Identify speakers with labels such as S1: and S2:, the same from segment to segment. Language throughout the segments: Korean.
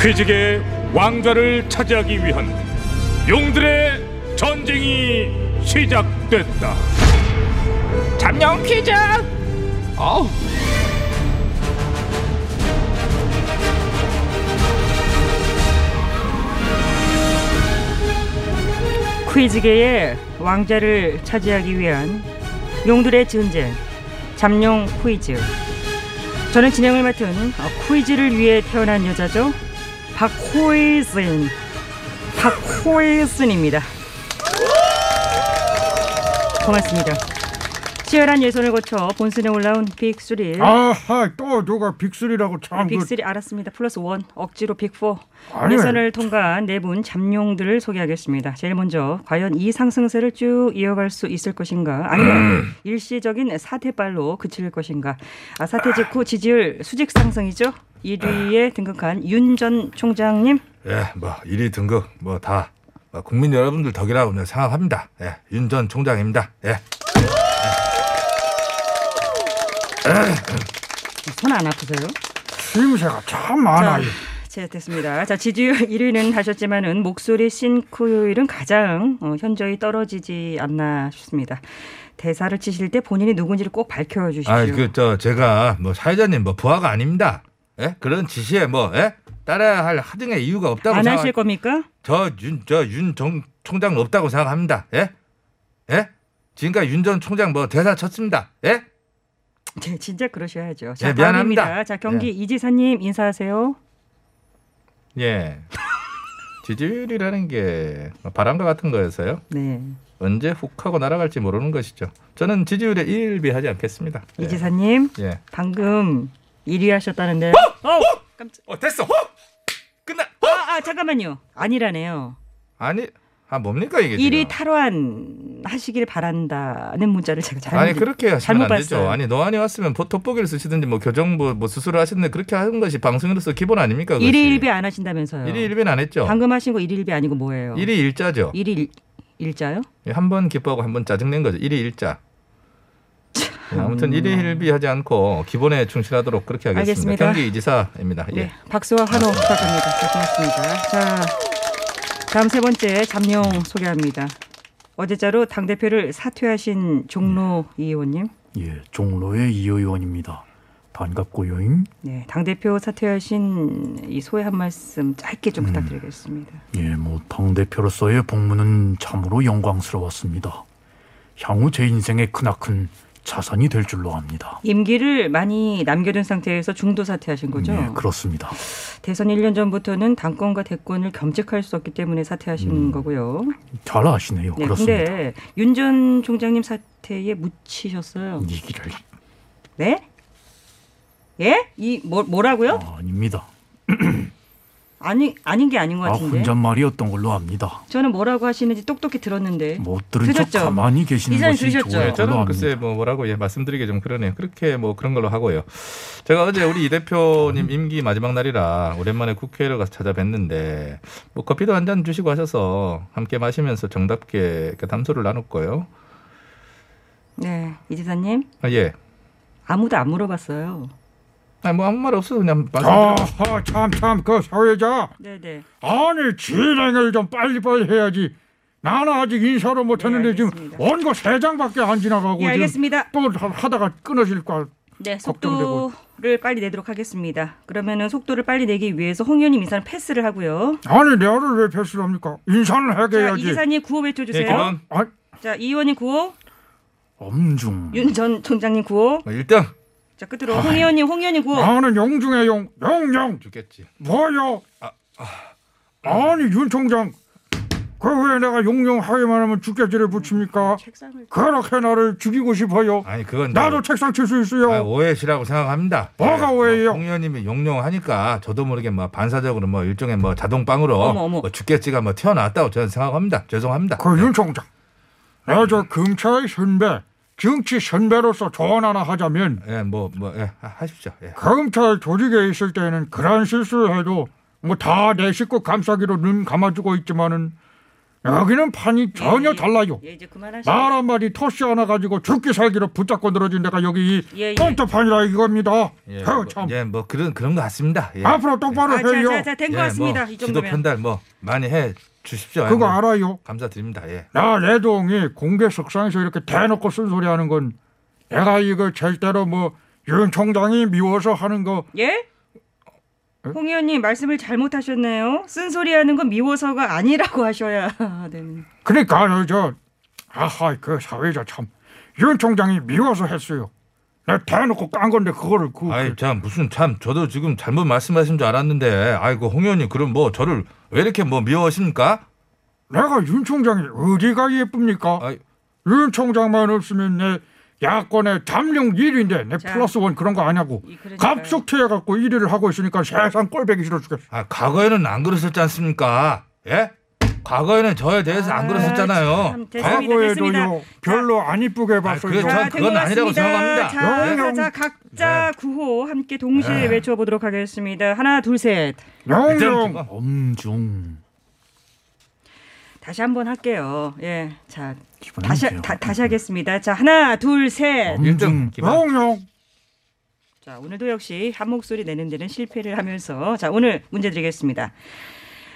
S1: 퀴직의 왕좌를 차지하기 위한 용들의 전쟁이 시작됐다.
S2: 잠룡 퀴즈 어우
S3: 퀴즈계의 왕자를 차지하기 위한 용들의 전쟁 잠룡 퀴즈 저는 진행을 맡은 어, 퀴즈를 위해 태어난 여자죠 박호이슨 박호이슨입니다 고맙습니다 치열한 예선을 거쳐 본선에 올라온 빅3
S4: 아하 또 누가 빅스리라고 참 그,
S3: 예? 빅3 알았습니다. 플러스 원 억지로 빅4
S4: 아니.
S3: 예선을 통과한 네 분 잠룡들을 소개하겠습니다. 제일 먼저 과연 이 상승세를 쭉 이어갈 수 있을 것인가
S4: 음.
S3: 아니면 일시적인 사태발로 그칠 것인가 아, 사태 직후 지지율 수직 상승이죠. 1위에 등극한 윤 전 총장님
S5: 예, 뭐 1위 등극 뭐 다 국민 여러분들 덕이라고 그냥 생각합니다. 예, 윤 전 총장입니다. 예.
S3: 손 안 아프세요?
S4: 쓰임새가 참 많아.
S3: 자, 제 됐습니다. 자 지지율 1위는 하셨지만은 목소리 싱크요일은 가장 어, 현저히 떨어지지 않나 싶습니다. 대사를 치실 때 본인이 누군지를 꼭 밝혀 주십시오.
S5: 아, 그 저 제가 뭐 사회자님 뭐 부하가 아닙니다. 예, 그런 지시에 뭐 예? 따라야 할 하등의 이유가 없다고
S3: 안
S5: 생각.
S3: 하실 겁니까?
S5: 저윤저윤 총장 없다고 생각합니다. 예, 예. 지금까지 윤 전 총장 뭐 대사 쳤습니다. 예.
S3: 네, 진짜 그러셔야죠. 자,
S5: 예, 미안합니다. 네.
S3: 다음입니다. 자, 경기 이지사님 인사하세요.
S5: 예. 지지율이라는 게뭐 바람과 같은 거여서요.
S3: 네.
S5: 언제 훅하고 날아갈지 모르는 것이죠. 저는 지지율에 일비하지 않겠습니다.
S3: 이지사님,
S5: 예.
S3: 방금 1위 하셨다는데.
S5: 어 됐어. 호! 끝나.
S3: 아, 아, 잠깐만요. 아니라네요.
S5: 아니, 아 뭡니까 이게
S3: 1위
S5: 지금?
S3: 탈환 하시길 바란다는 문자를 제가 잘못
S5: 아니 그렇게 하시면 안
S3: 잘못
S5: 되죠.
S3: 봤어요.
S5: 아니 노안이 왔으면 보- 돋보기를 쓰시든지 뭐 교정 뭐, 뭐 수술을 하시는데 그렇게 하는 것이 방송으로서 기본 아닙니까? 그것이?
S3: 1위 1비 안 하신다면서요.
S5: 1위 1비는 안
S6: 어.
S5: 했죠.
S3: 방금 하신 거 1위 1비 아니고 뭐예요?
S5: 1위 일자죠. 예,
S3: 1위 일, 일자요?
S5: 한 번 기뻐하고 한 번 짜증낸 거죠. 1위 일자. 예, 아무튼 1위 일비하지 않고 기본에 충실하도록 그렇게 하겠습니다.
S3: 알겠습니다.
S5: 경기 이지사입니다. 예.
S3: 네. 박수와
S6: 아.
S3: 환호 부탁드립니다. 자, 고맙습니다. 자, 다음 세 번째 잠룡 소개합니다. 어제자로 당 대표를 사퇴하신 종로 이 의원님.
S6: 예, 종로의 이 의원입니다. 반갑고요잉.
S3: 네, 당 대표 사퇴하신 이 소회 한 말씀 짧게
S6: 음.
S3: 좀 부탁드리겠습니다.
S6: 예, 뭐 당대표로서의 복무는 참으로 영광스러웠습니다. 향후 제 인생의 크나큰 자산이 될 줄로 압니다.
S3: 임기를 많이 남겨둔 상태에서 중도 사퇴하신 거죠?
S6: 예, 그렇습니다.
S3: 대선 1년 전부터는 당권과 대권을 겸직할 수 없기 때문에 사퇴하신
S6: 음.
S3: 거고요.
S6: 잘
S4: 어,
S6: 아시네요.
S3: 네,
S6: 그렇습니다.
S3: 근데 윤 전 총장님 사태에 묻히셨어요.
S6: 이 길을
S3: 네? 예? 이 뭐, 뭐라고요?
S4: 어.
S6: 아, 아닙니다.
S3: 아니 아닌 게 아닌 것
S6: 아,
S3: 같은데.
S6: 혼잣말이었던 걸로 압니다.
S3: 저는 뭐라고 하시는지 똑똑히 들었는데.
S4: 뭐.
S6: 못 들은
S3: 들었죠?
S6: 척 가만히 계시는
S3: 이사님
S6: 것이
S3: 들으셨죠?
S6: 좋을
S5: 네,
S6: 걸로
S5: 저는
S4: 아,
S6: 압니다.
S5: 글쎄 뭐 뭐라고 예, 말씀드리기 좀 그러네요. 그렇게 뭐 그런 걸로 하고요. 제가 어제 우리 이 대표님 임기 마지막 날이라 오랜만에 국회를 가서 찾아뵀는데 뭐 커피도 한 잔 주시고 하셔서 함께 마시면서 정답게 이렇게 담소를 나눴고요.
S3: 네, 이지사님
S5: 아, 예. 아무도
S3: 안 물어봤어요.
S5: 아니 뭐 아무 말 없어서 그냥 말씀.
S4: 아하 참 참 그 사회자
S3: 네, 네.
S4: 아니 진행을 좀 빨리빨리 해야지. 나는 아직 인사를 못했는데
S3: 네,
S4: 지금
S3: 알겠습니다.
S4: 원고 세 장밖에 안 지나가고
S3: 예,
S4: 지금
S3: 알겠습니다.
S4: 또 하- 하다가 끊어질 걸.
S3: 네,
S4: 걱정되고.
S3: 속도를 빨리 내도록 하겠습니다. 그러면은 속도를 빨리 내기 위해서 홍 의원님 인사는 패스를 하고요.
S4: 아니 내를 왜 패스를 합니까? 인사는 하게
S3: 자,
S4: 해야지.
S3: 이지사님 구호 외쳐주세요.
S5: 예, 그만.
S4: 아,
S3: 자, 이 의원님 구호,
S6: 엄중.
S3: 윤 전 총장님 구호.
S5: 뭐 1등
S3: 자, 끝으로
S4: 아.
S3: 홍 의원님, 홍 의원님 구호.
S4: 나는 영중의 영, 영영
S5: 죽겠지.
S4: 뭐요? 아, 아니 윤 총장 그 왜 내가 용용하기만 하면 죽겠지를 붙입니까?
S3: 책상을
S4: 그렇게 나를 죽이고 싶어요.
S5: 아니 그건
S4: 나도 책상 칠 수 있어요.
S5: 아, 오해시라고 생각합니다.
S4: 뭐가
S5: 예,
S4: 오해예요?
S5: 홍 의원님이 용용하니까 저도 모르게 뭐 반사적으로 뭐 일종의 뭐 자동빵으로
S3: 어머, 어머.
S5: 뭐 죽겠지가 뭐 튀어나왔다고 저는 생각합니다. 죄송합니다.
S4: 그 윤 총장, 내가 저 검찰의 선배, 정치 선배로서 조언 하나 하자면
S5: 예, 뭐, 뭐, 예, 하- 하십시오. 예.
S4: 검찰 조직에 있을 때는 그런 실수를 해도 뭐 다 내 식구 감싸기로 눈 감아주고 있지만은 여기는 판이 전혀 달라요.
S3: 예, 이제 그만하시죠.
S4: 말 한마디 토시 하나 가지고 죽기 살기로 붙잡고 늘어진 내가 여기 이
S3: 예, 예.
S4: 똥터판이라 이겁니다.
S5: 예,
S4: 아유,
S5: 뭐,
S4: 참.
S5: 예, 뭐 그런 그런 것 같습니다. 예.
S4: 앞으로 똑바로
S3: 아, 자,
S4: 해요.
S3: 자, 자, 된 것
S5: 예,
S3: 같습니다.
S5: 뭐
S3: 이
S5: 지도
S3: 정도면.
S5: 편달 뭐 많이 해 주십시오. 아이고,
S4: 그거 알아요?
S5: 감사드립니다. 예.
S4: 나 레동이 공개 석상에서 이렇게 대놓고 쓴소리 하는 건 내가 이거 절대로 뭐 윤 총장이 미워서 하는 거
S3: 예? 홍 의원님 말씀을 잘못하셨네요. 쓴소리하는 건 미워서가 아니라고 하셔야 됩니다.
S4: 그러니까 저 아하 그 사회자 참 윤 총장이 미워서 했어요. 내가 대놓고 깐 건데 그거를 그
S5: 아이 참 무슨 참 저도 지금 잘못 말씀하신 줄 알았는데 아이고 홍 의원님 그럼 뭐 저를 왜 이렇게 뭐 미워하십니까?
S4: 내가 윤 총장이 어디가 예쁩니까?
S5: 아이
S4: 윤 총장만 없으면 내 야권의 잠룡 1위인데 내
S3: 자.
S4: 플러스 원 그런 거 아냐고
S3: 이 그러니까요.
S4: 갑툭 튀어갖고 1위를 하고 있으니까 세상 꼴배기 싫어 죽겠어
S5: 아, 과거에는 안 그러셨지 않습니까? 예? 과거에는 저에 대해서 안
S3: 아,
S5: 그러셨잖아요.
S3: 참, 됐습니다.
S5: 과거
S4: 과거에도요 별로 안 이쁘게 봤어요
S5: 아, 그게 참- 저는
S3: 된
S5: 그건
S3: 것
S5: 아니라고
S3: 같습니다.
S5: 생각합니다.
S3: 자,
S4: 네.
S3: 자, 자, 각자 구호 함께 동시에
S5: 네.
S3: 외쳐보도록 하겠습니다. 하나, 둘, 셋.
S5: 아,
S4: 영영
S6: 엄중
S3: 다시 한번 할게요. 예, 자,
S6: 기분 안
S3: 다시
S6: 좋아요.
S3: 다, 다시 하겠습니다. 자, 하나, 둘, 셋.
S6: 엄중
S5: 1등 기반.
S4: 영영
S3: 자, 오늘도 역시 한 목소리 내는 데는 실패를 하면서 자, 오늘 문제 드리겠습니다.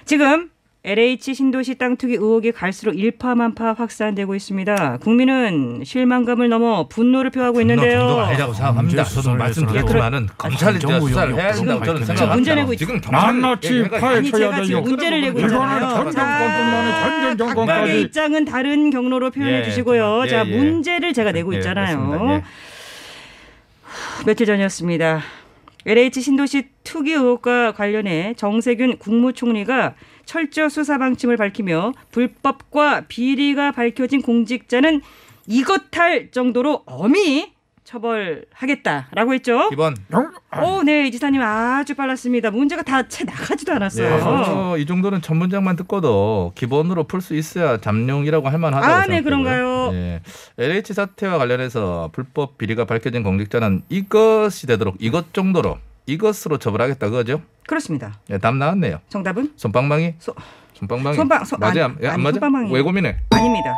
S3: 지금 LH 신도시 땅 투기 의혹이 갈수록 일파만파 확산되고 있습니다. 국민은 실망감을 넘어 분노를 표하고
S5: 정도
S3: 있는데요.
S5: 아니라고 생각합니다.
S6: 범죄
S5: 저도
S6: 수사를
S5: 말씀드렸지만은 검찰이 이제
S6: 정보
S5: 수사를
S6: 영역
S5: 해야 된다고
S6: 지금
S5: 저는
S6: 밝혀내요.
S5: 생각합니다.
S3: 문제 내고 있-
S5: 지금 검찰이 예, 그러니까
S4: 낱낱이
S5: 얘기가-
S3: 아니 제가
S4: 파헤쳐야
S3: 지금
S4: 돼요
S3: 문제를 내고
S4: 이거는
S3: 있잖아요.
S4: 전
S3: 자,
S4: 정권뿐만 아니라 전 정권까지.
S3: 각각의 입장은 다른 경로로 표현해
S5: 예,
S3: 주시고요.
S5: 예,
S3: 자
S5: 예.
S3: 문제를 제가 내고
S5: 예,
S3: 있잖아요.
S5: 그렇습니다. 예.
S3: 며칠 전이었습니다. LH 신도시 투기 의혹과 관련해 정세균 국무총리가 철저 수사 방침을 밝히며 불법과 비리가 밝혀진 공직자는 이것 할 정도로 엄히 처벌하겠다라고 했죠.
S5: 기본
S4: 영- 아,
S3: 오, 네, 이지사님 아주 빨랐습니다. 문제가 다 채 나가지도 않았어요.
S5: 예, 어, 이 정도는 전 문장만 듣고도 기본으로 풀 수 있어야 잠룡이라고 할 만하다고
S3: 아, 네,
S5: 생각되고요.
S3: 그런가요?
S5: 예. LH 사태와 관련해서 불법 비리가 밝혀진 공직자는 이것이 되도록 이것 정도로 이것으로 처벌하겠다 그거죠?
S3: 그렇습니다.
S5: 예, 답 나왔네요.
S3: 정답은
S5: 손방망이?
S3: 소-
S5: 손방망이.
S3: 손방- 손-
S5: 맞아요?
S3: 아니,
S5: 예, 안
S3: 아니,
S5: 맞아?
S3: 손방망이.
S5: 왜 고민해?
S3: 아닙니다.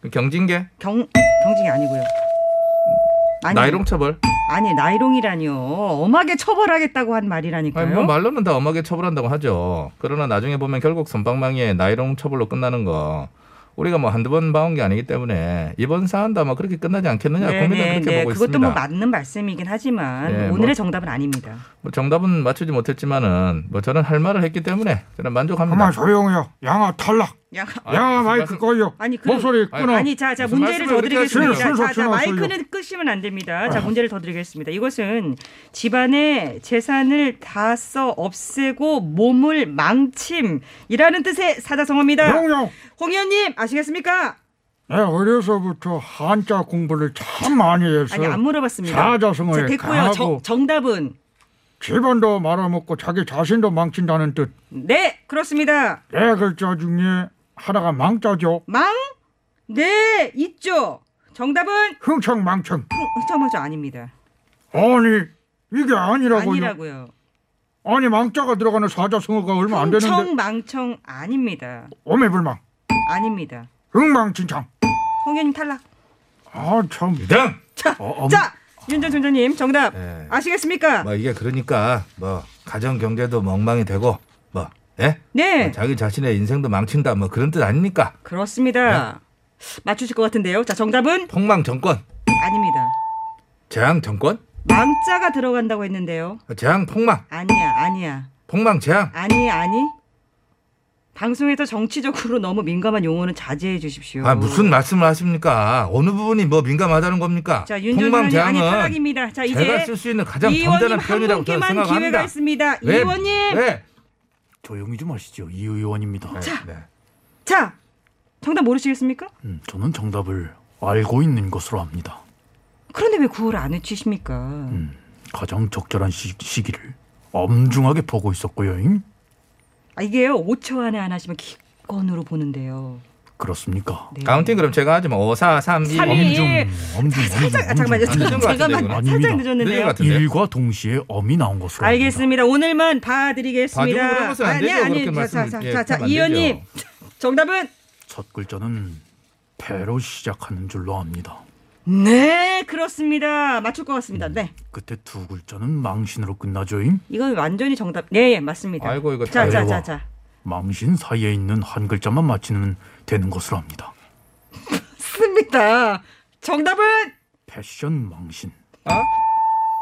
S5: 그 경징계?
S3: 경 경징이 아니고요. 아니,
S5: 나이롱 처벌?
S3: 아니 나이롱이라니요. 엄하게 처벌하겠다고 한 말이라니까요.
S5: 아니, 뭐 말로는 다 엄하게 처벌한다고 하죠. 그러나 나중에 보면 결국 손방망이의 나이롱 처벌로 끝나는 거. 우리가 뭐 한두 번 봐온 게 아니기 때문에 이번 사안도 아마 그렇게 끝나지 않겠느냐
S3: 네,
S5: 고민을
S3: 네,
S5: 그렇게
S3: 네.
S5: 보고
S3: 그것도
S5: 있습니다.
S3: 뭐 맞는 말씀이긴 하지만
S5: 예,
S3: 오늘의
S5: 뭐-
S3: 정답은 아닙니다.
S5: 뭐 정답은 맞추지 못했지만은 뭐 저는 할 말을 했기 때문에 저는 만족합니다.
S4: 그만 조용해요 양아 탈락
S3: 야,
S5: 음. 아니,
S4: 양아
S5: 무슨
S4: 마이크
S5: 말씀-
S4: 꺼요
S3: 아니 그
S4: 목소리 끊어
S3: 아니 자 자
S5: 무슨
S3: 문제를 더
S5: 말씀을 그렇게 하시네요.
S3: 드리겠습니다.
S4: 순서,
S3: 자, 자
S4: 순서,
S3: 마이크는 끄시면 안 됩니다. 자 문제를 더 드리겠습니다. 이것은 집안의 재산을 다 써 없애고 몸을 망침이라는 뜻의
S5: 네,
S3: 사자성어입니다.
S4: 영영
S3: 홍 의원님 아시겠습니까?
S4: 내가 어려서부터 한자 공부를 참 많이 해서
S3: 아니 안 물어봤습니다.
S4: 사자성어에
S3: 자, 됐고요.
S4: 강하고.
S3: 정- 정답은
S4: 집안도 말아먹고 자기 자신도 망친다는 뜻
S3: 네 그렇습니다.
S4: 네 글자 중에 하나가 망자죠.
S3: 망? 네, 있죠. 정답은 어,
S4: 흥청망청.
S3: 흥청망청 아닙니다.
S4: 아니 이게 아니라고요.
S3: 아니라고요.
S4: 아니 망자가 들어가는 사자성어가 얼마 안 되는데
S3: 흥청망청 아닙니다.
S4: 오매불망.
S3: 아닙니다.
S4: 흥망진창.
S3: 홍현님 탈락.
S4: 아 참.
S5: 일단 어,
S3: 자, 윤전 총장님 정답
S5: 예.
S3: 아시겠습니까?
S5: 뭐 이게 그러니까 뭐 가정 경제도 멍망이 되고 뭐 예?
S3: 네,
S5: 뭐 자기 자신의 인생도 망친다 뭐 그런 뜻 아닙니까? 네.
S3: 그렇습니다. 맞추실 것 같은데요. 자, 정답은
S5: 폭망 정권,
S3: 아닙니다.
S5: 재앙 정권,
S3: 망자가 들어간다고 했는데요.
S5: 재앙 폭망,
S3: 아니야, 아니야,
S5: 폭망 재앙.
S3: 아니, 아니. 방송에서 정치적으로 너무 민감한 용어는 자제해 주십시오.
S5: 아 무슨 말씀을 하십니까? 어느 부분이 뭐 민감하다는 겁니까?
S3: 자, 윤전
S5: 폭망
S3: 총장님 아니
S5: 재앙은
S3: 탈락입니다. 자,
S5: 제가
S3: 이제
S5: 쓸 수 있는 가장
S3: 이 의원님
S5: 건전한
S3: 한
S5: 표현이라고 저는
S3: 분께만 기회가
S5: 생각합니다.
S3: 있습니다. 이
S5: 왜-
S3: 의원님,
S5: 왜?
S6: 조용히 좀 하시죠 이 의원입니다
S5: 네.
S3: 자 정답 모르시겠습니까?
S6: 음, 저는 정답을 알고 있는 것으로 합니다
S3: 그런데 왜 구호를 안 외치십니까?
S6: 가장 적절한 시, 시기를 엄중하게 보고 있었고요 잉?
S3: 아, 이게요 5초 안에 안 하시면 기권으로 보는데요.
S6: 그렇습니까
S3: 네.
S5: 카운팅 그럼 제가 하지 뭐. 5, 4, 3, 2,
S3: 삼, 이.
S6: 엄중 엄중
S3: 네. 살짝 아, 잠깐만요.
S5: 안 되는 것 같은데,
S3: 잠깐만
S5: 이거는.
S3: 살짝
S6: 아닙니다.
S5: 늦은 것
S3: 늦었는데요.
S5: 같아요. 같은데요?
S6: 일과 동시에 엄이 나온 것으로 합니다.
S3: 알겠습니다. 오늘만 봐드리겠습니다.
S5: 봐주고 그런 것은 안 되죠.
S3: 자,
S5: 그렇게
S3: 자,
S5: 말씀을,
S3: 자,
S5: 예,
S3: 자, 자,
S5: 하면 안
S3: 이 의원님 정답은
S6: 첫 글자는 패로 시작하는 줄로 압니다.
S3: 네, 그렇습니다. 맞출 것 같습니다. 네.
S6: 끝에 두 글자는 망신으로 끝나죠잉.
S3: 이건 완전히 정답. 네, 예, 맞습니다.
S5: 아이고, 이거
S3: 자,
S5: 다
S3: 자,
S6: 외워.
S3: 자, 자.
S6: 망신 사이에 있는 한 글자만 맞히면 되는 것으로 합니다.
S3: 씁니다. 정답은
S6: 패션 망신.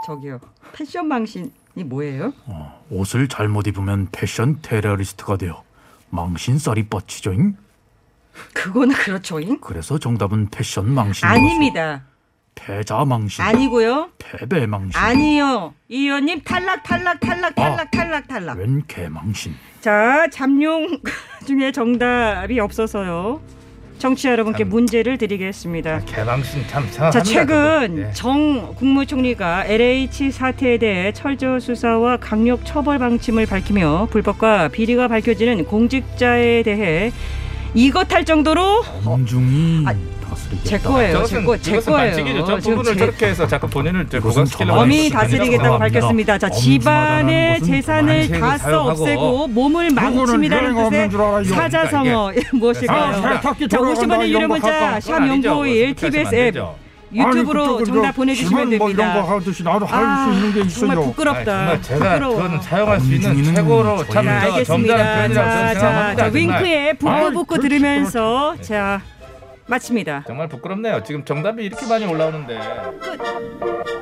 S3: 저기요. 패션 망신이 뭐예요?
S6: 어, 옷을 잘못 입으면 패션 테러리스트가 되어 망신살이 뻗치죠잉.
S3: 그거는 그렇죠잉?
S6: 그래서 정답은 패션 망신.
S3: 아닙니다.
S6: 패자 망신.
S3: 아니고요.
S6: 패배 망신.
S3: 아니요. 이 의원님 탈락 탈락
S5: 아.
S3: 탈락 탈락 탈락 탈락.
S6: 웬 개망신.
S3: 자, 잠룡 중에 정답이 없어서요. 청취자 여러분께
S5: 참.
S3: 문제를 드리겠습니다.
S5: 개방신 참 이상합니다.
S3: 자, 최근
S5: 아, 그거. 예.
S3: 정 국무총리가 LH 사태에 대해 철저 수사와 강력 처벌 방침을 밝히며 불법과 비리가 밝혀지는 공직자에 대해 이것 할 정도로
S6: 엄중히
S3: 아,
S6: 다스리겠다.
S3: 제 거예요. 제
S5: 뭐,
S3: 거,
S5: 네. 저것은
S3: 제
S5: 이것은 반칙이죠. 저
S3: 거예요. 지금
S5: 부분을
S3: 제
S5: 저렇게 해서 자꾸 본인을 이제
S6: 이것은
S5: 고강시키려고
S6: 정말
S3: 범위
S5: 하는 것은
S3: 다스리겠다고
S5: 아니라고
S3: 밝혔습니다.
S6: 합니다.
S3: 자,
S6: 엄중하다는
S3: 집안의
S6: 것은
S3: 재산을
S5: 만세를
S3: 다 써
S5: 사용하고
S3: 없애고 몸을
S4: 그거는
S3: 망칩니다는
S4: 죄가 없는 줄 알아요.
S3: 뜻의 사자성어
S4: 아,
S3: 무엇일까요?
S4: 세탁기
S3: 자, 50원의 유료 문자
S4: 돌아간다.
S5: 그건
S3: 샵
S5: 아니죠.
S3: 0951
S5: 그렇게
S3: TBS
S5: 하시면 안
S3: 앱
S5: 되죠.
S3: 유튜브로 정답
S4: 아니, 그쪽은 저
S3: 보내주시면
S4: 지문 뭐 이런
S3: 됩니다.
S4: 거 하듯이 나도 할 수 있는 게
S3: 아,
S4: 있어요.
S3: 정말 부끄럽다.
S5: 아이, 네, 정말 제가
S3: 부끄러워.
S5: 그건 사용할 수 있는
S6: 엄중히는
S5: 최고로 참
S3: 자,
S6: 아, 저희는
S5: 저
S3: 알겠습니다.
S5: 점잖은
S3: 자,
S5: 표현이라고 저는
S3: 자, 자,
S5: 생각합니다. 정말.
S3: 윙크의 북구북구
S4: 아이, 그
S3: 들으면서 자 마칩니다.
S5: 정말 부끄럽네요. 지금 정답이 이렇게 많이 올라오는데.